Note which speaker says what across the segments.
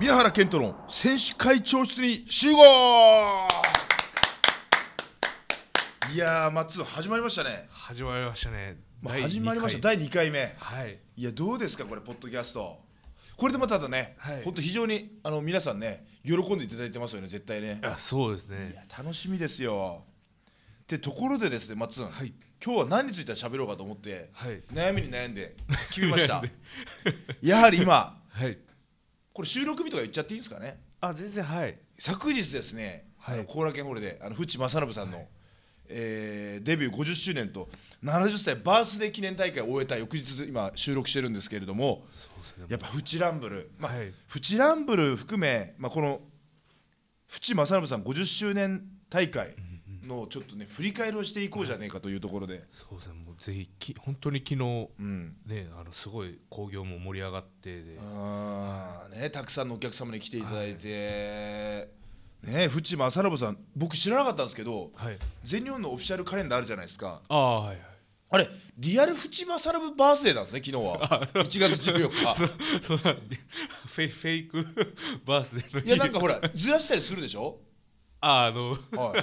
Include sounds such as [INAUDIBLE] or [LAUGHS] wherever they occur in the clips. Speaker 1: 原健太の選手会長室に集合いやー松始まりましたね、
Speaker 2: 始まりましたね。
Speaker 1: まあ、
Speaker 2: 第二回
Speaker 1: 始まりました第2回目
Speaker 2: はい。
Speaker 1: いやどうですかこれポッドキャストこれでまただね、
Speaker 2: はい
Speaker 1: 本当非常にあの皆さんね喜んでいただいてますよね絶対ね
Speaker 2: いやそうです
Speaker 1: いや
Speaker 2: ね。
Speaker 1: 楽しみですよでところでですね松さん、
Speaker 2: はい
Speaker 1: 今日は何について喋ろうかと思って、
Speaker 2: はい
Speaker 1: 悩みに悩んで決めまし
Speaker 2: [LAUGHS] 悩
Speaker 1: た
Speaker 2: んで
Speaker 1: やはり今
Speaker 2: はい。
Speaker 1: これ収録日とか言っちゃっていいんですかね
Speaker 2: あ全然はい。
Speaker 1: 昨日ですね
Speaker 2: はい
Speaker 1: あの後楽園ホールであの淵正信さんの、えーデビュー50周年と70歳バースデー記念大会を終えた翌日今収録してるんですけれども
Speaker 2: そうですね。
Speaker 1: やっぱフチランブル、まあ
Speaker 2: はい
Speaker 1: フチランブル含め、まあ、この淵正信さん50周年大会のちょっとね振り返りをしていこうじゃねえかというところで、
Speaker 2: そうですね。もうぜひき本当に昨日
Speaker 1: うん、
Speaker 2: ねあのすごい興行も盛り上がってで。
Speaker 1: あーね、たくさんのお客様に来ていただいて、ね、淵正信さん僕知らなかったんですけど、
Speaker 2: はい。
Speaker 1: 全日本のオフィシャルカレンダーあるじゃないですか
Speaker 2: ああはいはい。
Speaker 1: あれリアル淵正信バースデーなんですね昨日は1月14日
Speaker 2: [LAUGHS] そそんなフェイフェイクバースデーの日
Speaker 1: いやなんかほらずらしたりするでしょ、
Speaker 2: ああの
Speaker 1: は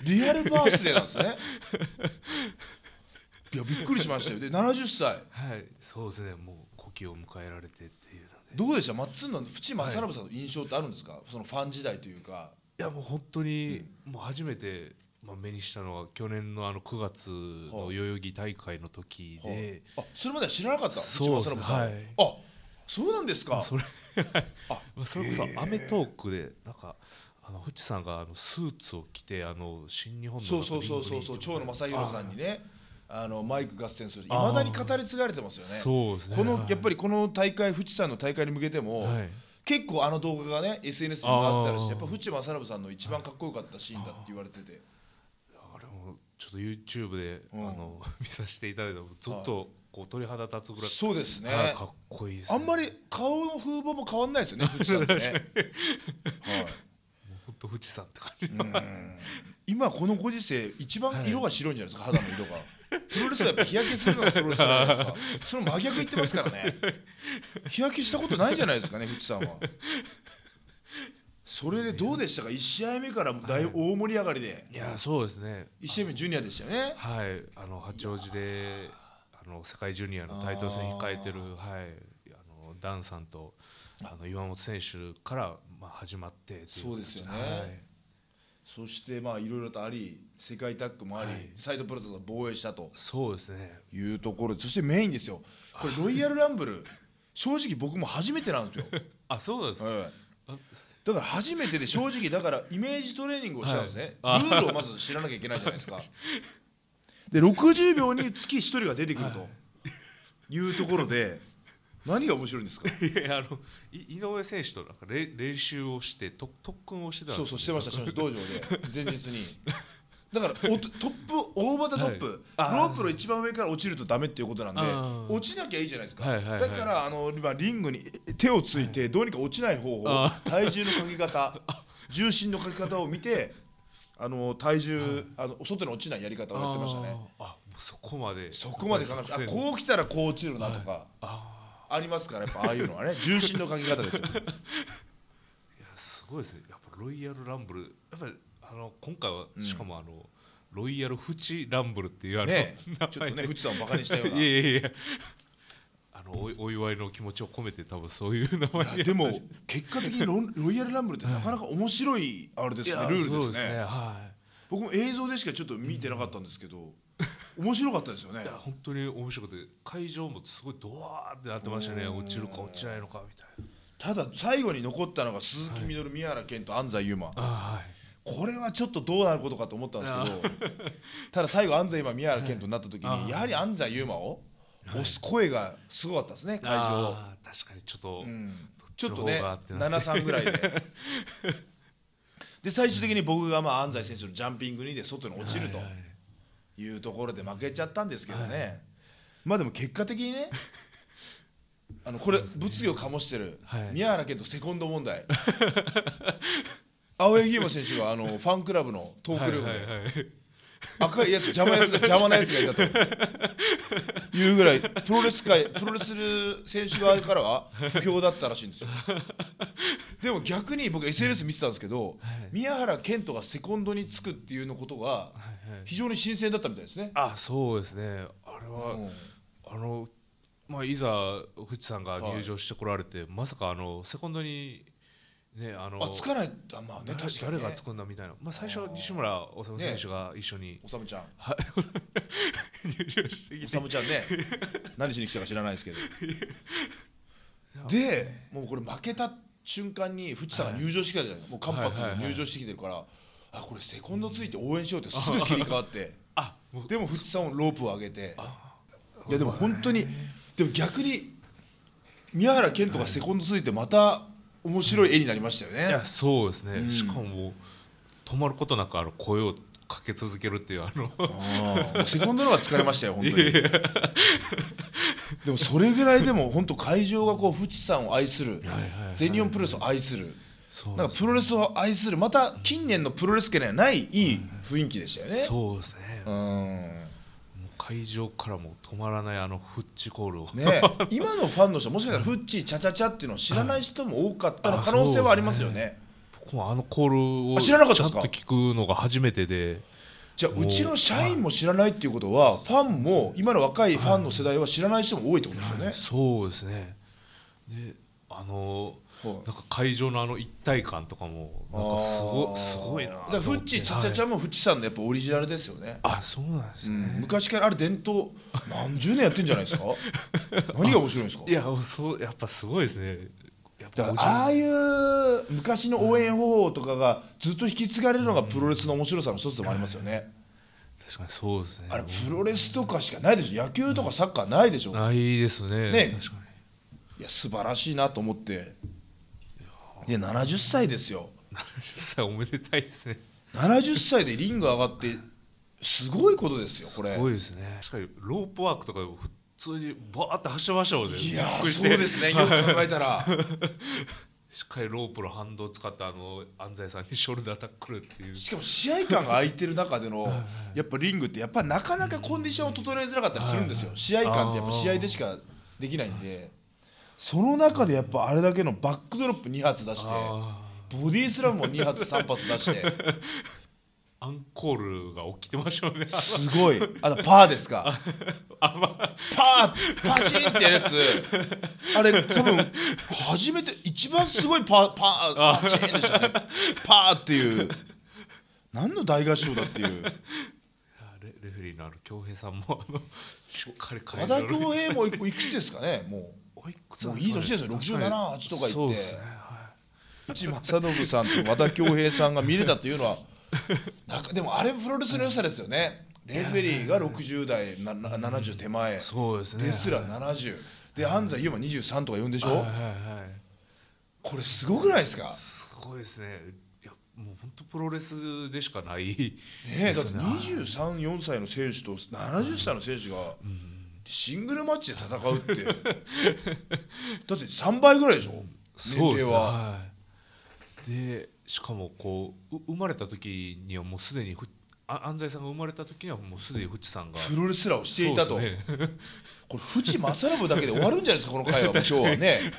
Speaker 1: い、リアルバースデーなんですねいやびっくりしましたよで70歳
Speaker 2: はいそうですねもう古希を迎えられてっていうので。
Speaker 1: どうでしたマッツンの淵正信さんの印象ってあるんですか、そのファン時代というか
Speaker 2: いやもう本当に、もう初めて、まあ、目にしたのが去年のあの9月の代々木大会の時で、
Speaker 1: あそれまでは知らなかった淵
Speaker 2: そう
Speaker 1: 正
Speaker 2: です
Speaker 1: 信さん、
Speaker 2: はい
Speaker 1: あそうなんですか
Speaker 2: それ
Speaker 1: あ
Speaker 2: [LAUGHS] まあそれこそ『アメトーーク』でなんかあのフチさんがあのスーツを着てあの新日本の
Speaker 1: そうそうそうそうそう長野正弘さんにねあのマイク合戦するいまだに語り継がれてますよね
Speaker 2: そうですね
Speaker 1: このやっぱりこの大会淵さんの大会に向けても、
Speaker 2: はい
Speaker 1: 結構あの動画がね SNS に回ってたりし
Speaker 2: あー
Speaker 1: てやっぱ淵正信さんの一番かっこよかったシーンだって言われてて
Speaker 2: あれもちょっと YouTube で、
Speaker 1: うん
Speaker 2: あの [LAUGHS] 見させていただいたのずっとこう鳥肌立つぐらい、
Speaker 1: そうですね、
Speaker 2: はいかっこいいです、
Speaker 1: あ
Speaker 2: ね、
Speaker 1: んまり顔の風貌も変わんないですよね淵さん
Speaker 2: [LAUGHS]
Speaker 1: ってね、はい
Speaker 2: もう本当フチさんって感じ、
Speaker 1: うん今このご時世一番色が白いんじゃないですか、肌の色がプロレスはやっぱ日焼けするのがプロレスじゃないです
Speaker 2: [LAUGHS]
Speaker 1: かその真逆言ってますからね日焼けしたことないじゃないですかね藤さんはそれでどうでしたか1試合目から大大盛り上がりで
Speaker 2: いやそうですね
Speaker 1: 1試合目ジュニアでしたよね
Speaker 2: はい、あの八王子であの世界ジュニアのタイトル戦控えてるはいあのダンさんとあの岩本選手からまあ始まってってい
Speaker 1: そうですよね
Speaker 2: はい
Speaker 1: そしてまあいろいろとあり世界タッグもあり、
Speaker 2: はい
Speaker 1: サイドプラザが防衛したと
Speaker 2: そうですね。
Speaker 1: いうところでそしてメインですよこれロイヤルランブル正直僕も初めてなんですよ
Speaker 2: あ、そうなんですか。
Speaker 1: はい
Speaker 2: あ
Speaker 1: だから初めてで正直だからイメージトレーニングをしたんですね、
Speaker 2: はいあ
Speaker 1: ルールをまず知らなきゃいけないじゃないですかで60秒に月1人が出てくるというところで何が面白いんですか
Speaker 2: いやあのい井上選手となんかれ練習をしてと特訓をしてたんで
Speaker 1: そう
Speaker 2: すよ
Speaker 1: そうしてましたしてま
Speaker 2: [LAUGHS]
Speaker 1: した道場で前日にだからおトップ大技トップ、
Speaker 2: はいあー
Speaker 1: ロープの一番上から落ちるとダメっていうことなんで
Speaker 2: あー
Speaker 1: 落ちなきゃいいじゃないですか、
Speaker 2: はいはいはい
Speaker 1: だからあの今リングに手をついてどうにか落ちない方法、
Speaker 2: あ
Speaker 1: 体重のかけ
Speaker 2: [LAUGHS]
Speaker 1: 方重心のかけ方を見てあの体重、あの外に落ちないやり方をやってましたね
Speaker 2: あー。あ、もうそこまで。
Speaker 1: そこまで考えてあ
Speaker 2: 作戦
Speaker 1: こう来たらこう落ちるなとか、
Speaker 2: あ
Speaker 1: ありますからやっぱああいうのはね重心のかけ方ですよ
Speaker 2: ー、いやすごいですね。やっぱロイヤルランブル、やっぱりあの今回はしかもあの、ロイヤルフチランブルっていうあの、 [LAUGHS]
Speaker 1: ね
Speaker 2: 名
Speaker 1: ちょっ
Speaker 2: 前
Speaker 1: と
Speaker 2: で
Speaker 1: ね藤さんをバカにしたようない
Speaker 2: やいやいやあのおお祝いの気持ちを込めて多分そういう名前
Speaker 1: いやでも結果的にロン
Speaker 2: [LAUGHS]
Speaker 1: ロイヤルランブルってなかなか面白いあれです
Speaker 2: い
Speaker 1: ね
Speaker 2: や
Speaker 1: ルー
Speaker 2: そう
Speaker 1: ルですね
Speaker 2: は
Speaker 1: 僕も映像でしかちょっと見てなかったんですけど面白かったですよね
Speaker 2: いいや本当に面白くて会場もすごいドワーってなってましたね落ちるか落ちないのかみたいな
Speaker 1: ただ最後に残ったのが鈴木みのる宮原健と安西優真
Speaker 2: あはい
Speaker 1: これはちょっとどうなることかと思ったんですけどただ最後安西優真宮原健となった時
Speaker 2: はいあ
Speaker 1: に
Speaker 2: ー
Speaker 1: やはり安西優真を押す声がすごかったですね会場
Speaker 2: あー確かにちょっと、
Speaker 1: うん
Speaker 2: ど
Speaker 1: ちょっ
Speaker 2: ち
Speaker 1: と
Speaker 2: の方
Speaker 1: ね
Speaker 2: がってなって
Speaker 1: 73ぐらい
Speaker 2: [LAUGHS]
Speaker 1: でで最終的に僕がまあ安西選手のジャンピングにで外に落ちると
Speaker 2: はいはい
Speaker 1: いうところで負けちゃったんですけどね、
Speaker 2: は
Speaker 1: まあでも結果的に
Speaker 2: [LAUGHS]
Speaker 1: ねあのこれ物議を醸してる
Speaker 2: はい
Speaker 1: 宮原健とセコンド問題青柳優馬選手があのファンクラブのトークルーム
Speaker 2: はい
Speaker 1: で
Speaker 2: はいはい
Speaker 1: 赤いやつ邪
Speaker 2: [LAUGHS]
Speaker 1: 魔やつだ邪魔なやつがいたというぐらいプ
Speaker 2: [LAUGHS]
Speaker 1: ロレス界プロレス選手側からは不評だったらしいんですよでも逆に僕 SNS 見てたんですけど、
Speaker 2: はい
Speaker 1: 宮原健人がセコンドにつくっていうのことが
Speaker 2: はいはい
Speaker 1: 非常に新鮮だったみたいですね。
Speaker 2: あそうですねあれは、
Speaker 1: うん
Speaker 2: あのまあいざ藤さんが入場してこられて、まさかあのセコンドにねあの
Speaker 1: あつかないあまあね
Speaker 2: 誰
Speaker 1: 確かに、ね、
Speaker 2: 誰が作るんだみたいな、まあ、最初
Speaker 1: あー
Speaker 2: 西村修選手が一緒に
Speaker 1: おさむちゃん
Speaker 2: [LAUGHS] 入場して
Speaker 1: お
Speaker 2: きて
Speaker 1: さむちゃんね何しに来たか知らないですけどでもうこれ負けた瞬間にフチさんが入場してきたじゃない、もう間髪
Speaker 2: はいはい
Speaker 1: で
Speaker 2: はい
Speaker 1: 入場してきてるから、あこれセコンドついて応援しようってすぐ切り替わ
Speaker 2: [LAUGHS]
Speaker 1: って
Speaker 2: あもう
Speaker 1: でもフチさんをロープを上げて
Speaker 2: あ
Speaker 1: いやでも本当にでも逆に宮原健人がセコンドついてまた面白い絵になりましたよね、
Speaker 2: いやそうですね、
Speaker 1: うん
Speaker 2: しかももう止まることなくあの声をかけ続けるっていうあ
Speaker 1: [LAUGHS]
Speaker 2: の
Speaker 1: ああもうセコンドの方が疲れましたよ本当にでもそれぐらいでも本当会場がこうフチさんを愛する
Speaker 2: はいはいはい
Speaker 1: 全日本プロレスを愛する
Speaker 2: そう
Speaker 1: なん
Speaker 2: で
Speaker 1: か
Speaker 2: す
Speaker 1: プロレスを愛するまた近年のプロレス界にはないいい雰囲気でしたよね
Speaker 2: そうですね、
Speaker 1: う
Speaker 2: もうん会場からもう止まらないあのフッチコールを、
Speaker 1: ね、
Speaker 2: [LAUGHS]
Speaker 1: 今のファンの人もしかしたらフッチーチャチャチャっていうのを知らない人も多かったの
Speaker 2: あ
Speaker 1: 可能性はありますよね
Speaker 2: 僕もあのコールを
Speaker 1: あ知らなかっ
Speaker 2: ち
Speaker 1: た
Speaker 2: ゃ
Speaker 1: で
Speaker 2: ん
Speaker 1: すか
Speaker 2: と聞くのが初めてで
Speaker 1: じゃあ
Speaker 2: お
Speaker 1: う
Speaker 2: ー
Speaker 1: ちの社員も知らないっていうことはファンも今の若いファンの世代は知らない人も多いってことですよね、
Speaker 2: そうですねであの
Speaker 1: はい
Speaker 2: なんか会場のあの一体感とかもなんかすごすごいな
Speaker 1: だ
Speaker 2: と
Speaker 1: から
Speaker 2: 思って
Speaker 1: フッチーチャチャチャもフッチさんのやっぱオリジナルですよね、
Speaker 2: はいあそうなんです
Speaker 1: う
Speaker 2: ね、
Speaker 1: ん、昔からある伝統何十年やってんじゃないです
Speaker 2: [LAUGHS]
Speaker 1: か何が面白いんですか
Speaker 2: いやそうやっぱすごいですねやっ
Speaker 1: だ
Speaker 2: ぱ
Speaker 1: からああ
Speaker 2: う
Speaker 1: いう昔の応援方法とかがずっと引き継がれるのがプロレスの面白さの一つでもありますよね、
Speaker 2: 確かにそうですね
Speaker 1: あれプロレスとかしかないでしょ野球とかサッカーないでしょ、い
Speaker 2: ないですね
Speaker 1: ね
Speaker 2: 確か
Speaker 1: や素晴らしいなと思ってで70歳ですよ
Speaker 2: に70歳おめでたいですね
Speaker 1: 70歳でリング上がってすごいことですよこれ
Speaker 2: すごいですね確かにロープワークとか普通にバーって走ってましたもんね
Speaker 1: い
Speaker 2: び
Speaker 1: や
Speaker 2: っく
Speaker 1: ー
Speaker 2: りし
Speaker 1: そう
Speaker 2: て
Speaker 1: ですねよく考えた
Speaker 2: [LAUGHS]
Speaker 1: ら
Speaker 2: しっかりロープの反動を使ってあの安西さんにショルダータックルっていう
Speaker 1: しかも試合間が空いてる中でのやっぱリングってやっぱなかなかコンディションを整えづらかったりするんですよ試合間ってやっぱ試合でしかできないんでその中でやっぱあれだけのバックドロップ2発出して
Speaker 2: あ
Speaker 1: ボディスラムも2発3発出して
Speaker 2: [LAUGHS] ーアンコールが起きてまし
Speaker 1: [LAUGHS]
Speaker 2: たもんね
Speaker 1: すごいあとパーですか
Speaker 2: [LAUGHS] あまあ
Speaker 1: パーってパチンってやるやつあれ多分初めて一番すごい
Speaker 2: [LAUGHS]
Speaker 1: パーパーパチンでしたねパーっていう何の大合唱だっていう。
Speaker 2: レレフェリーのあの恭平さんもあのしっかり
Speaker 1: 和
Speaker 2: 会場
Speaker 1: 田
Speaker 2: の
Speaker 1: 恭平もい
Speaker 2: [LAUGHS]
Speaker 1: くいくつですかね、も
Speaker 2: おいくつ
Speaker 1: う、
Speaker 2: な
Speaker 1: も
Speaker 2: ん
Speaker 1: う
Speaker 2: で
Speaker 1: いい
Speaker 2: かね
Speaker 1: 年ですよ、
Speaker 2: 確かに
Speaker 1: 67、8とか言
Speaker 2: そう
Speaker 1: っ
Speaker 2: ですね
Speaker 1: て、
Speaker 2: はい
Speaker 1: 内正信さんと和田恭平さんが見れたというのは、なんかでもあれ、プロレスの良さですよね、レフェリーが60代、なな70手前、
Speaker 2: そうですね
Speaker 1: レスラー70、で、安西優馬23とか呼んでし
Speaker 2: はい
Speaker 1: ょ
Speaker 2: は、いはい
Speaker 1: これ、すごくないですか、
Speaker 2: すごいですねいやもう本当プロレスでしかない
Speaker 1: ねえ
Speaker 2: で
Speaker 1: だっ
Speaker 2: す
Speaker 1: て
Speaker 2: ね
Speaker 1: 23、4歳の選手と70歳の選手がシングルマッチで戦うって、だって3倍ぐらいでしょ、年
Speaker 2: [LAUGHS] そうで
Speaker 1: 齢
Speaker 2: すね
Speaker 1: は。
Speaker 2: はいでしかもこうう生まれた時にはもうすでにふあ安西さんが生まれた時にはもうすでにフチさんが
Speaker 1: プロレスラーをしていたと、
Speaker 2: そうですね
Speaker 1: これ淵正信だけで終わるんじゃないで
Speaker 2: [LAUGHS]
Speaker 1: すかこの回はもう今日はね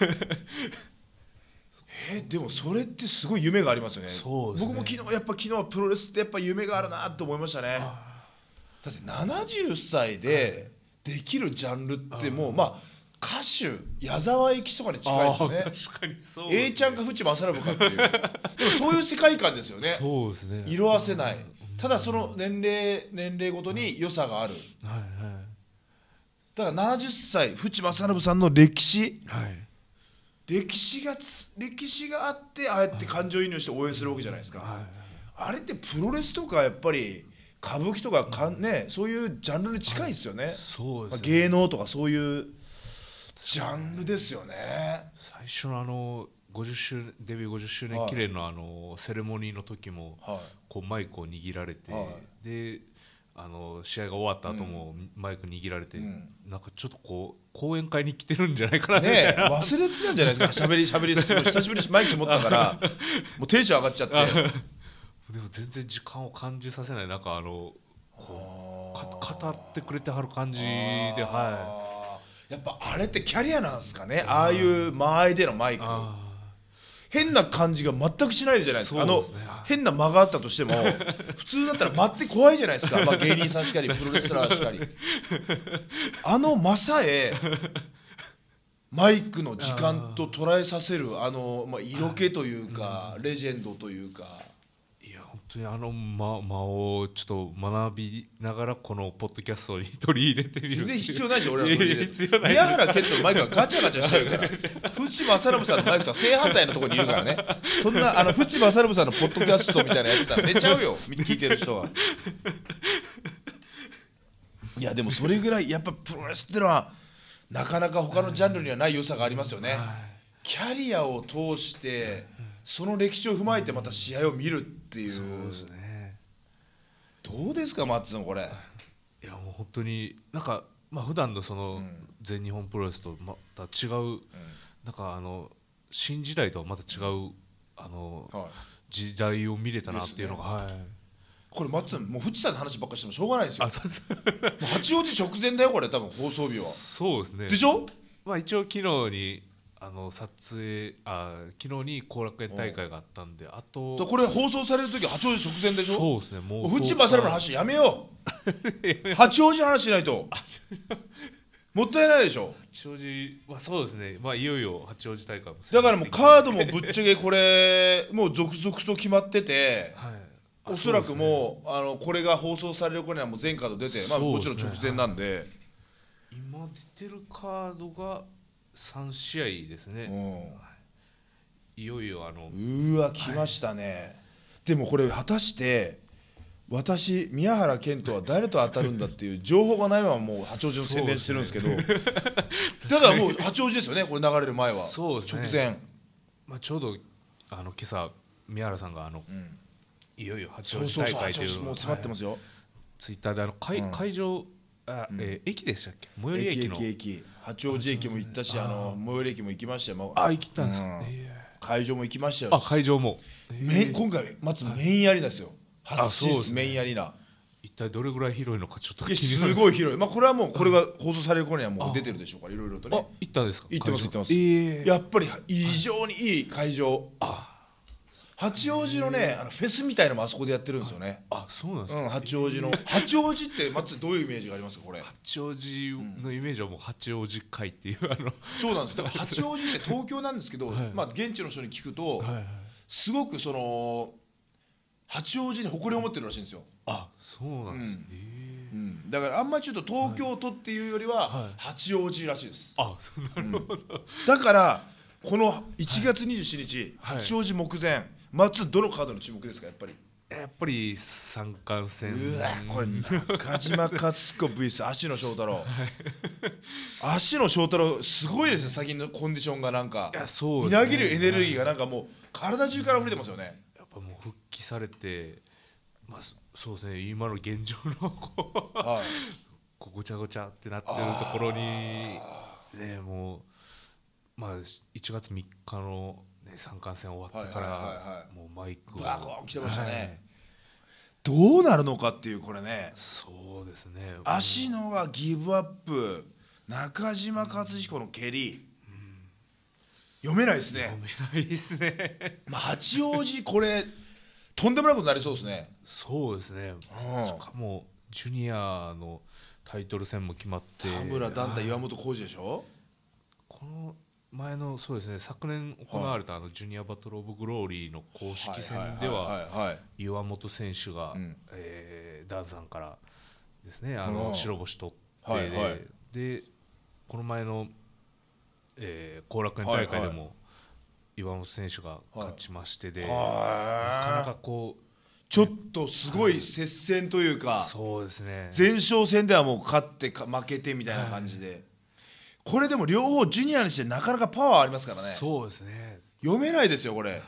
Speaker 1: えーでもそれってすごい夢がありますよね
Speaker 2: そうですね
Speaker 1: 僕も昨日やっぱ昨日はプロレスってやっぱ夢があるなと思いましたねだって70歳でできるジャンルってもうまあ歌手矢沢永吉とかに近いですよね
Speaker 2: あー確かにそうですね
Speaker 1: A ちゃんか淵正信かっていうでもそういう世界観ですよね
Speaker 2: そうですね
Speaker 1: 色あせないただその年齢年齢ごとに良さがある、
Speaker 2: はい
Speaker 1: だから70歳淵正信さんの歴史
Speaker 2: はいはい
Speaker 1: 歴史がつ歴史があってああやって感情移入して応援するわけじゃないですか、
Speaker 2: はい
Speaker 1: あれってプロレスとかやっぱり歌舞伎とかかん、ね、そういうジャンルに近いですよね、
Speaker 2: そう
Speaker 1: ま
Speaker 2: で
Speaker 1: あ
Speaker 2: すね
Speaker 1: 芸能とかそういうジャンルですよね
Speaker 2: 最初のあの50周デビュー50周
Speaker 1: は
Speaker 2: 年
Speaker 1: い
Speaker 2: 記念のあのセレモニーの時も
Speaker 1: は
Speaker 2: こうマイクを握られて、
Speaker 1: は
Speaker 2: であの試合が終わった後もマイク握られて、
Speaker 1: うん、
Speaker 2: なんかちょっとこう講演会に来てるんじゃないかない
Speaker 1: ねえ忘れてたんじゃないですか喋り喋り久しぶりにマイク持ったからもうテンション上がっちゃって
Speaker 2: [LAUGHS] でも全然時間を感じさせないなんかあのこう
Speaker 1: あ
Speaker 2: か語ってくれてはる感じでは
Speaker 1: あーやっぱあれってキャリアなんですかねああいう間合いでのマイ
Speaker 2: い
Speaker 1: ク
Speaker 2: あ
Speaker 1: 変な感じが全くしないじゃないですかあ
Speaker 2: そう
Speaker 1: の
Speaker 2: ですね
Speaker 1: 変な間があったとして
Speaker 2: [LAUGHS]
Speaker 1: も普通だったら間って怖いじゃないですか、まあ、芸人さんしかりプロレスラーしか
Speaker 2: [LAUGHS]
Speaker 1: りあの間さえマイクの時間と捉えさせるあの、まあ、色気というかレジェンドというか
Speaker 2: いや本当にあの間間をちょっと学びながらこのポッドキャストに取り入れてみる
Speaker 1: 全然必要ないし俺らの
Speaker 2: いやいや必要ないです
Speaker 1: 宮原健人のマイクがガチャガチャしてるから
Speaker 2: [LAUGHS]
Speaker 1: 淵正信さんのマイクとは正反対のところにいるからねそんなあの淵正信さんのポッドキャストみたいなのやってたら寝ちゃうよ聞いてる人は。いやでもそれぐらいやっぱプロレスってのはなかなか他のジャンルにはない良さがありますよね。キャリアを通してその歴史を踏まえてまた試合を見るっていう
Speaker 2: そうですね
Speaker 1: どうですかマッツンこれ。
Speaker 2: いやもう本当になんかまあ普段のその
Speaker 1: ん
Speaker 2: 全日本プロレスとまた違う、なんかあの新時代とはまた違うあの
Speaker 1: はい
Speaker 2: 時代を見れたなっていうのが、はい
Speaker 1: これ松もう富士山の話ばっかりしてもしょうがないですよ
Speaker 2: あそうそう
Speaker 1: もう八王子直前だよこれ多分放送日は
Speaker 2: そうですね
Speaker 1: でしょ
Speaker 2: まあ一応昨日にあの撮影あ昨日に後楽園大会があったんであ
Speaker 1: だから
Speaker 2: と
Speaker 1: これ放送される時は八王子直前でしょ
Speaker 2: そうですねもう
Speaker 1: 富士山の話やめよう
Speaker 2: [LAUGHS]
Speaker 1: 八王子の話しないともったいないでしょ
Speaker 2: 八王子まあそうですねまあいよいよ八王子大会も
Speaker 1: だからもうカードもぶっちゃけこれもう続々と決まってて
Speaker 2: はいあ
Speaker 1: おそらく
Speaker 2: うですね
Speaker 1: もうあのこれが放送される頃にはもう全カード出て、まあ、
Speaker 2: そう
Speaker 1: もち
Speaker 2: です
Speaker 1: ろ
Speaker 2: ね
Speaker 1: ん直前なんで
Speaker 2: 今出てるカードが三試合ですね、いよいよあの
Speaker 1: うーわ来ましたね、でもこれ果たして私宮原健人は誰と当たるんだっていう情報がないままもう八王子の宣伝してるんですけどだからもう八王子ですよねこれ流れる前は
Speaker 2: そうですね
Speaker 1: 直前、
Speaker 2: まあちょうどあの今朝宮原さんがあの
Speaker 1: うん、
Speaker 2: いよいよ八
Speaker 1: そ
Speaker 2: 王
Speaker 1: う
Speaker 2: 子
Speaker 1: そう
Speaker 2: 大
Speaker 1: そう
Speaker 2: 会と
Speaker 1: 八
Speaker 2: い
Speaker 1: 王
Speaker 2: う
Speaker 1: 子もう迫ってますよ、
Speaker 2: ツイッターであの会,、
Speaker 1: うん
Speaker 2: 会場あ、えー駅でしたっけ最寄り
Speaker 1: 駅
Speaker 2: 駅
Speaker 1: 駅
Speaker 2: の
Speaker 1: 駅八王子駅も行ったしあの最寄り駅も行きましたよもう
Speaker 2: あ行ったんですか、
Speaker 1: うん
Speaker 2: え
Speaker 1: 会場も行きました
Speaker 2: ーあ
Speaker 1: よ
Speaker 2: 会場も、えー
Speaker 1: め今回まずメインアリーナですよ
Speaker 2: あ
Speaker 1: 初進
Speaker 2: そうで
Speaker 1: 出
Speaker 2: すね
Speaker 1: メインアリーナ
Speaker 2: 一体どれぐらい広いのかちょっと
Speaker 1: いや
Speaker 2: 気になる
Speaker 1: すごい広いまあこれはもうこれが放送される頃にはもう出てるでしょうからいろいろとね
Speaker 2: あ行ったんですか
Speaker 1: 行ってます行
Speaker 2: 会場
Speaker 1: ってます
Speaker 2: えー
Speaker 1: やっぱり異常にいい会場八王子のねあのフェスみたいのもあそこでやってるんですよね
Speaker 2: あそうなんです
Speaker 1: う
Speaker 2: か、
Speaker 1: ん八王子の八王子って松どういうイメージがあります [LAUGHS] かこれ
Speaker 2: 八王子のイメージはもう八王子会っていうあの、
Speaker 1: そうなんですだから八王子って東京なんですけど、
Speaker 2: はい
Speaker 1: まあ現地の人に聞くと、
Speaker 2: はいはい、
Speaker 1: すごくその八王子に誇りを持ってるらしいんですよ、
Speaker 2: あそうなんです、
Speaker 1: うん
Speaker 2: えー
Speaker 1: うんだからあんまりちょっと東京都っていうよりは、
Speaker 2: はい
Speaker 1: 八王子らしいです、
Speaker 2: あそうなるほど、
Speaker 1: だからこの1月27日、
Speaker 2: はい
Speaker 1: 八王子目前松どのカードの注目ですかやっぱり
Speaker 2: やっぱり三冠戦
Speaker 1: うわこれ中島勝子 VS 足野翔太郎足野翔太郎すごいですね最近のコンディションがなんか
Speaker 2: いやそう
Speaker 1: み
Speaker 2: ですね
Speaker 1: なぎるエネルギーがなんかもう体中から溢れてますよね
Speaker 2: やっぱもう復帰されて、まあ、そそうですね今の現状のこう [LAUGHS]
Speaker 1: はい
Speaker 2: こうごちゃごちゃってなってるところにねもう、まあ、1月3日の、ね、三冠戦終わってか
Speaker 1: はいはいはいは
Speaker 2: らもうマイクを
Speaker 1: バコーン来てましたね
Speaker 2: はい
Speaker 1: どうなるのかっていうこれね
Speaker 2: そうですね
Speaker 1: 足野がギブアップ中島勝彦の蹴り読めないです
Speaker 2: もう
Speaker 1: ね、
Speaker 2: 読めないですね
Speaker 1: まあ、八王子これとんでもないことになりそうですね
Speaker 2: そうですね
Speaker 1: うん
Speaker 2: しかもジュニアのタイトル戦も決まって
Speaker 1: 田村団
Speaker 2: はい
Speaker 1: 体岩本浩二でしょ
Speaker 2: この前のそうですね昨年行われたあのジュニアバトル・オブ・グローリーの公式戦ではい
Speaker 1: はいはい
Speaker 2: 岩本選手が、
Speaker 1: うん
Speaker 2: えーダンさんからですねあの、
Speaker 1: うん
Speaker 2: 白星取って、
Speaker 1: はいはい
Speaker 2: でこの前の後、えー後楽園大会で
Speaker 1: はい
Speaker 2: も岩本選手が勝ちましてで、なかな
Speaker 1: は
Speaker 2: かこ
Speaker 1: い
Speaker 2: う
Speaker 1: ちょっとすごい接戦というか
Speaker 2: そうですね
Speaker 1: 前哨戦ではもう勝ってか負けてみたいな感じでこれでも両方ジュニアにしてなかなかパワーありますからね
Speaker 2: そうですね
Speaker 1: 読めないですよこれ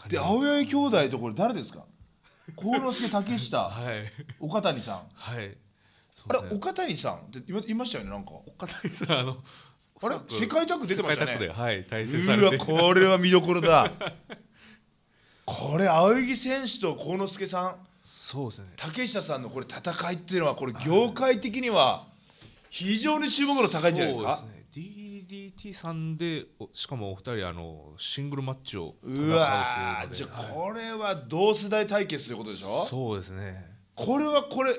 Speaker 2: 確
Speaker 1: で
Speaker 2: かに
Speaker 1: 青柳兄弟とこれ誰ですか幸之助竹下
Speaker 2: はい
Speaker 1: 岡谷さん
Speaker 2: はいそう
Speaker 1: あ
Speaker 2: で
Speaker 1: れ
Speaker 2: すね
Speaker 1: 岡谷さんっていまいましたよねなんか
Speaker 2: 岡田さんあの
Speaker 1: あれ
Speaker 2: おそらく
Speaker 1: 世界タッグ出てましたね
Speaker 2: 世界タッグではい対戦され
Speaker 1: うわ
Speaker 2: て
Speaker 1: これは見どころだこれ青柳選手と幸之助さん
Speaker 2: そうですね
Speaker 1: 竹下さんのこれ戦いっていうのはこれ業界的には非常に注目度高いんじゃないですか
Speaker 2: そうですね DDT さんでおしかもお二人あのシングルマッチを戦うという
Speaker 1: うわーじゃあ
Speaker 2: はい
Speaker 1: これは同世代対決ということでしょ
Speaker 2: そうですね
Speaker 1: これはこれ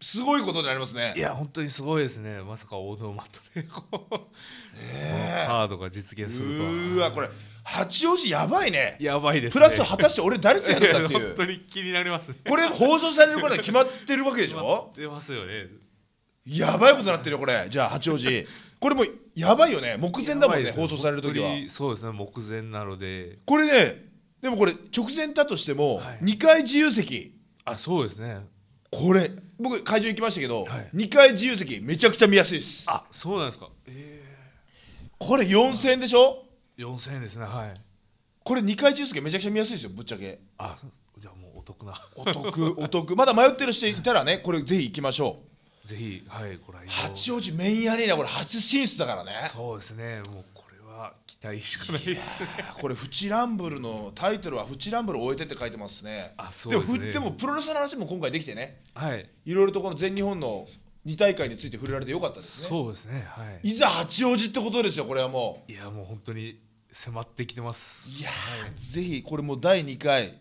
Speaker 1: すごいことになりますね
Speaker 2: いや本当にすごいですねまさか王道マットでこうこのカードが実現す
Speaker 1: う
Speaker 2: るとは
Speaker 1: ーわこれ八王子やばいね
Speaker 2: やばいですね
Speaker 1: プラス果たして俺誰とやったっ
Speaker 2: [LAUGHS] い
Speaker 1: て
Speaker 2: や
Speaker 1: い
Speaker 2: 本
Speaker 1: う
Speaker 2: 当に気になりますね
Speaker 1: これ放送されることは決まってるわけでしょ
Speaker 2: 出ますよね
Speaker 1: やばいことになってるよこれじゃあ八王子これもうやばいよね目前だもん
Speaker 2: やばい
Speaker 1: ね
Speaker 2: です
Speaker 1: 放送される時は
Speaker 2: 本当にそうですね目前なので
Speaker 1: これねでもこれ直前だとしても
Speaker 2: はい
Speaker 1: 2階自由席
Speaker 2: あそうですね
Speaker 1: これ僕会場行きましたけど
Speaker 2: はい
Speaker 1: 2階自由席めちゃくちゃ見やすいです
Speaker 2: あそうなんですかえ
Speaker 1: これ4000円でしょ
Speaker 2: ー、4000円ですねはい
Speaker 1: これ2階自由席めちゃくちゃ見やすいですよぶっちゃけ
Speaker 2: あじゃあもうお得な
Speaker 1: お
Speaker 2: [LAUGHS]
Speaker 1: 得お得まだ迷ってる人いたらねこれぜひ行きましょう
Speaker 2: ぜひはいご来場
Speaker 1: 八王子メインアリーナこれ初進出だからね
Speaker 2: そうですねもうこれは期待しかないですね
Speaker 1: あーこれフチランブルのタイトルはフチランブルを終えてって書いてますね
Speaker 2: あそうですね
Speaker 1: もふでもプロレスの話も今回できてね
Speaker 2: はい
Speaker 1: いろいろとこの全日本の2大会について触れられてよかったですね
Speaker 2: そうですねはい
Speaker 1: いざ八王子ってことですよこれはも
Speaker 2: いやもう本当に迫ってきてます
Speaker 1: ういやーぜひこれもう第2回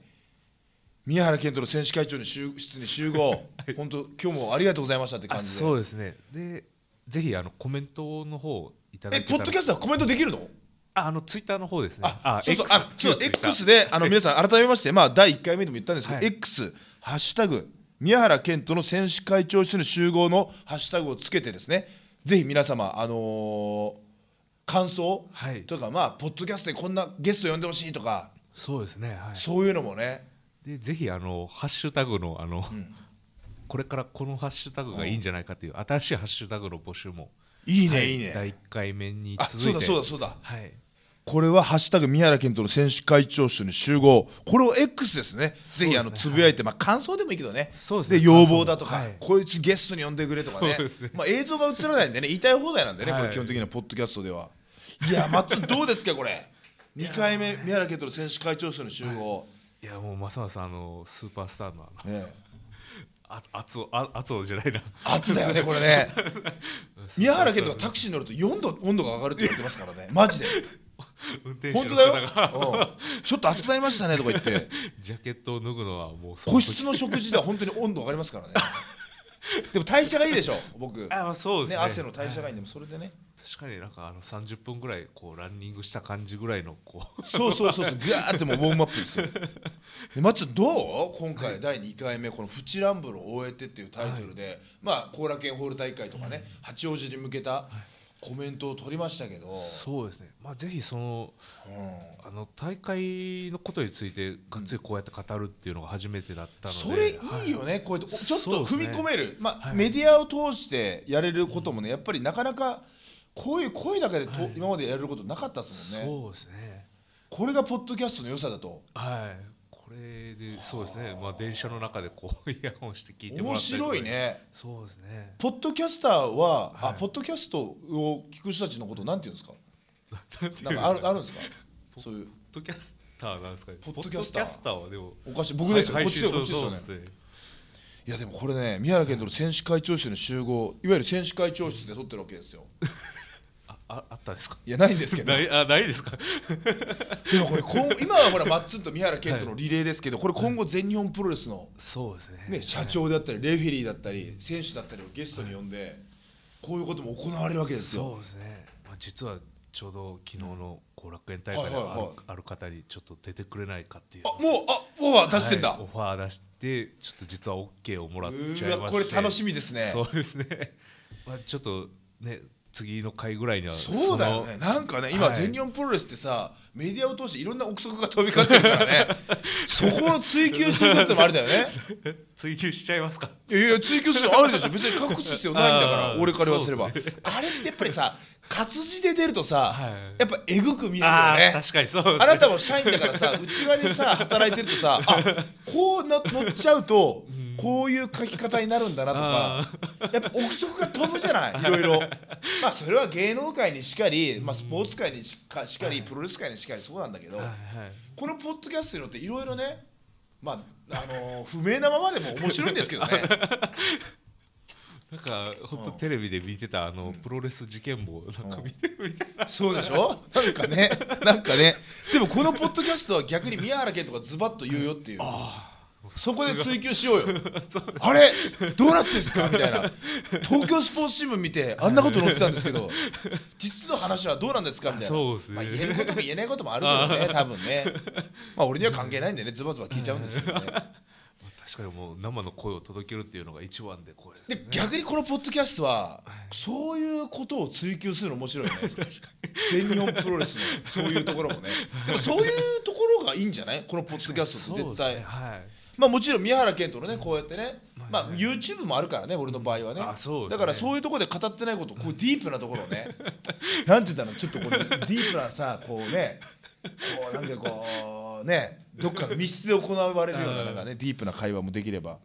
Speaker 1: 宮原健人の選手会長の集室に集合、本当今日もありがとうございましたって
Speaker 2: あ
Speaker 1: 感じで
Speaker 2: そうですねでぜひあのコメントの方いただ
Speaker 1: え
Speaker 2: け
Speaker 1: ポ
Speaker 2: た
Speaker 1: ッ
Speaker 2: ら
Speaker 1: ドキャストはコメントできるの
Speaker 2: ああのツイッターの方ですね
Speaker 1: あ、そうそう、
Speaker 2: X
Speaker 1: あ、そう、
Speaker 2: 旧ツイッター
Speaker 1: X で、あの、皆さん、改めまして、まあ、第1回目でも言ったんですけど、
Speaker 2: はい
Speaker 1: X、ハッシュタグ、宮原健人の選手会長室の集合のハッシュタグをつけてですね、ぜひ皆様、あのー感想
Speaker 2: はい
Speaker 1: とか、まあ、ポッドキャストでこんなゲスト呼んでほしいとか、
Speaker 2: そうですねはい
Speaker 1: そういうのもね、
Speaker 2: でぜひあのハッシュタグのあの、これからこのハッシュタグがいいんじゃないかという新しいハッシュタグの募集も
Speaker 1: いいね、、
Speaker 2: はい
Speaker 1: い
Speaker 2: 第
Speaker 1: ね。
Speaker 2: 1回目に
Speaker 1: あ、
Speaker 2: 続いて
Speaker 1: そうだ、そうだ、そうだ。
Speaker 2: はい
Speaker 1: これは、ハッシュタグ、宮原健人の選手会長室の集合、これを X ですね、ぜひ、あの、
Speaker 2: そうで
Speaker 1: つ
Speaker 2: すね
Speaker 1: ぶやいて、まあ、感想でもいいけどね、
Speaker 2: そうです
Speaker 1: で
Speaker 2: ね
Speaker 1: 要望だとか、
Speaker 2: はい
Speaker 1: こいつゲストに呼んでくれとかね
Speaker 2: そうですね
Speaker 1: まあ、映像が映らないんでね言いたい放題なんでね、
Speaker 2: はい
Speaker 1: これ基本的にはポッドキャストではいや松どうですかこれ2回目宮原健人の選手会長室の集合、
Speaker 2: いやもうますますあのスーパースターのあの
Speaker 1: ねえ、
Speaker 2: あ熱男あ熱男じゃないな
Speaker 1: 熱だよねこれね [LAUGHS] 宮原健人がタ
Speaker 2: スーパースター
Speaker 1: クシーに乗ると4度温度が上がるって言ってますからねマジで
Speaker 2: [LAUGHS] 運転手
Speaker 1: 本当
Speaker 2: の
Speaker 1: だよ
Speaker 2: 方が、
Speaker 1: うんちょっと熱くなりましたねとか言って
Speaker 2: ジャケットを脱ぐのはもうその
Speaker 1: 個
Speaker 2: 時
Speaker 1: 室の食事では本当に温度上がりますからねでも代謝がいいでしょ僕
Speaker 2: あまあそうです
Speaker 1: ね
Speaker 2: ね
Speaker 1: 汗の代謝がいい
Speaker 2: は
Speaker 1: んでもそれでね
Speaker 2: 確かになんかあの30分ぐらいこうランニングした感じぐらいのこう
Speaker 1: そうそうそうそう、ぐわーってもうウォームアップですよ。で、松ちゃんどう、今回第2回目、このフチランブルを終えてっていうタイトルで。まあ、後楽園ホール大会とかね、八王子に向けたコメントを取りましたけど。
Speaker 2: そうですねまあぜひその
Speaker 1: うん
Speaker 2: あの大会のことについてがっつりこうやって語るっていうのが初めてだったので、
Speaker 1: それいいよね、こうやっておちょっと
Speaker 2: そう
Speaker 1: 踏
Speaker 2: で
Speaker 1: み
Speaker 2: すね
Speaker 1: 込める、まあ
Speaker 2: はい
Speaker 1: メディアを通してやれることもねやっぱりなかなかこういう声だけでと、
Speaker 2: はい
Speaker 1: 今までやれることなかったです
Speaker 2: はい
Speaker 1: もんね
Speaker 2: そうですね
Speaker 1: これがポッドキャストの良さだと
Speaker 2: はいこれでそうですねまあ電車の中でこうイ [LAUGHS] ヤホンして聞いても
Speaker 1: 面
Speaker 2: らったりとか
Speaker 1: 白いね
Speaker 2: そうですね
Speaker 1: ポッドキャスターは、
Speaker 2: はい
Speaker 1: あポッドキャストを聞く人たちのことなんて言うんですか。
Speaker 2: なんていうん
Speaker 1: な
Speaker 2: です
Speaker 1: んか
Speaker 2: か
Speaker 1: あるあるんですか。そういう
Speaker 2: ポッドキャスターなんですかね
Speaker 1: ポッドキャスター
Speaker 2: ポッドキャスターはでも
Speaker 1: おかしい僕ですよ、
Speaker 2: はい
Speaker 1: こっちですよこ
Speaker 2: 配
Speaker 1: っちで
Speaker 2: 信
Speaker 1: すよ
Speaker 2: そう
Speaker 1: ね
Speaker 2: そう。ですね
Speaker 1: いやでもこれね宮原健人の選手会長室の集合いわゆる選手会長室で撮ってるわけですよ。
Speaker 2: あああったんですか
Speaker 1: いやないんですけど
Speaker 2: な。いあないですか
Speaker 1: でもこれ今今は
Speaker 2: [LAUGHS]
Speaker 1: ほらマッツンと宮原健人のリレーですけど、これ今後全日本プロレスの
Speaker 2: そうですね
Speaker 1: ね社長であったりレフェリーだったり選手だったりをゲストに呼んでこういうことも行われるわけですよ。
Speaker 2: そうですね、まあ、実はちょうど昨日の後楽園大会である,、
Speaker 1: はいはいはい
Speaker 2: ある方にちょっと出てくれないかっていう
Speaker 1: あもうあオファー出してんだ。
Speaker 2: はいオファー出してちょっと実は OK をもらっちゃいまして
Speaker 1: うーわこれ楽しみですね
Speaker 2: そうですね、 [LAUGHS] まあ、ちょっとね次の回ぐらいには
Speaker 1: そうだよねなんかね今、
Speaker 2: はい
Speaker 1: 全日本プロレスってさメディアを通していろんな憶測が飛び交ってるから
Speaker 2: [LAUGHS]
Speaker 1: ねそこの追求してるってのもあれだよね
Speaker 2: その [LAUGHS] 追求しちゃいますか
Speaker 1: いやいや追求するのあるでしょ別に隠す必要ないんだから
Speaker 2: あー
Speaker 1: 俺から言わせれば、
Speaker 2: そうで
Speaker 1: あれってやっぱりさ活字で出るとさ、
Speaker 2: はい
Speaker 1: やっぱえぐく見える
Speaker 2: あ
Speaker 1: よ
Speaker 2: あ
Speaker 1: ね
Speaker 2: ー確かにそうですね
Speaker 1: あなたも社員だから
Speaker 2: [LAUGHS]
Speaker 1: さ内側でさ働いてるとさあこうな乗っちゃうとこういう書き方になるんだなとかやっぱ憶測が飛ぶじゃ
Speaker 2: [LAUGHS]
Speaker 1: ないいろいろまあそれは芸能界にしかり、まあ、スポーツ界にしかしかりプロレス界にしかりそうなんだけど
Speaker 2: はいはい
Speaker 1: このポッドキャストによっていろいろねまああのー不明なままでも面白いんですけどね
Speaker 2: なんか本当
Speaker 1: うん
Speaker 2: テレビで見てたあのプロレス事件簿なんか見てるみたい
Speaker 1: そうでしょなんかねなんかねでもこのポッドキャストは逆に宮原健とかズバッと言うよっていうそこで追求しようよあれどうなってんですかみたいな東京スポーツ新聞見てあんなこと載ってたんですけど実の話はどうなんですかみたいな
Speaker 2: そうですね
Speaker 1: まあ、言えることも言えないこともあるけどね多分ねまあ俺には関係ないんでねズバズバ聞いちゃうんですけどね
Speaker 2: 確かにもう生の声を届けるっていうのが一番でこうですね
Speaker 1: で逆にこのポッドキャストはそういうことを追求するの面白
Speaker 2: [LAUGHS]
Speaker 1: いよね全日本プロレスのそういうところもねでもそういうところがいいんじゃないこのポッドキャストって絶
Speaker 2: そうです
Speaker 1: 対、
Speaker 2: ねはい
Speaker 1: まあもちろん宮原健人のねこうやってね、
Speaker 2: まあ
Speaker 1: まあ、YouTube もあるからね俺の場合はね,、
Speaker 2: あそうですね
Speaker 1: だからそういうところで語ってないことこうディープなところを
Speaker 2: [LAUGHS]
Speaker 1: ねなんて言ったのちょっとこれディープなさこうねこうなんかこうねどっかの密室で行われるようななんかねディープな会話もできれば。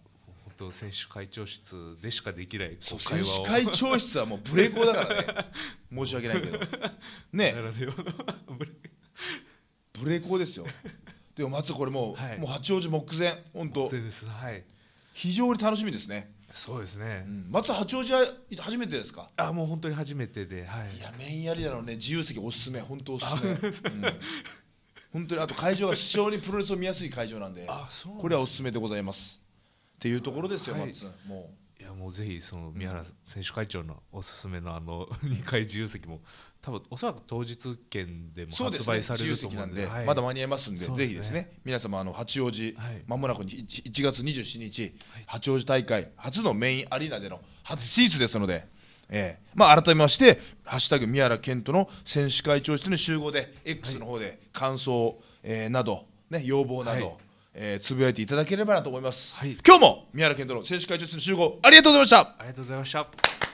Speaker 2: 本当選手会長室でしかできないこ
Speaker 1: そう
Speaker 2: う会
Speaker 1: 選
Speaker 2: 話
Speaker 1: 手
Speaker 2: を
Speaker 1: 会長室はもうブレーコーだから
Speaker 2: [LAUGHS]
Speaker 1: ね申し訳ないけどね
Speaker 2: ならではの [LAUGHS]
Speaker 1: ブレーコーですよでも松これもう,、
Speaker 2: はい
Speaker 1: もう八王子目前本当
Speaker 2: そうですはい
Speaker 1: 非常に楽しみですね、
Speaker 2: そうですね、
Speaker 1: うん松八王子は初めてですか
Speaker 2: あもう本当に初めてではい
Speaker 1: いやメインアリーナのね自由席おすすめ本当おすすめ、うん本当にあと会場が非常にプロレスを見やすい会場なんで
Speaker 2: あそうなんですね
Speaker 1: これはおすすめでございますっていうところですよ、
Speaker 2: はい
Speaker 1: 松もう
Speaker 2: いやもうぜひその宮原選手会長のおすすめの
Speaker 1: [LAUGHS]
Speaker 2: あの2階自由席も多分おそらく当日券でも
Speaker 1: そうです
Speaker 2: 発
Speaker 1: ね、
Speaker 2: 売さ
Speaker 1: 自
Speaker 2: れ
Speaker 1: 由
Speaker 2: ると
Speaker 1: 席
Speaker 2: 思
Speaker 1: な
Speaker 2: うんん
Speaker 1: で、
Speaker 2: で
Speaker 1: まだ間に合いますんで
Speaker 2: そう
Speaker 1: ぜ
Speaker 2: ですね
Speaker 1: ひですね皆様あの八王子、
Speaker 2: はい
Speaker 1: まもなくに1 1月27日八王子大会初のメインアリーナでの初進出ですので、ええまあ改めましてハッシュタグ宮原健人の選手会長室の集合で X の方で感想、えーなどね要望など、
Speaker 2: はい
Speaker 1: えーつぶやいていただければなと思います、
Speaker 2: はい
Speaker 1: 今日も宮原健人の選手会長室の集合ありがとうございました
Speaker 2: ありがとうございました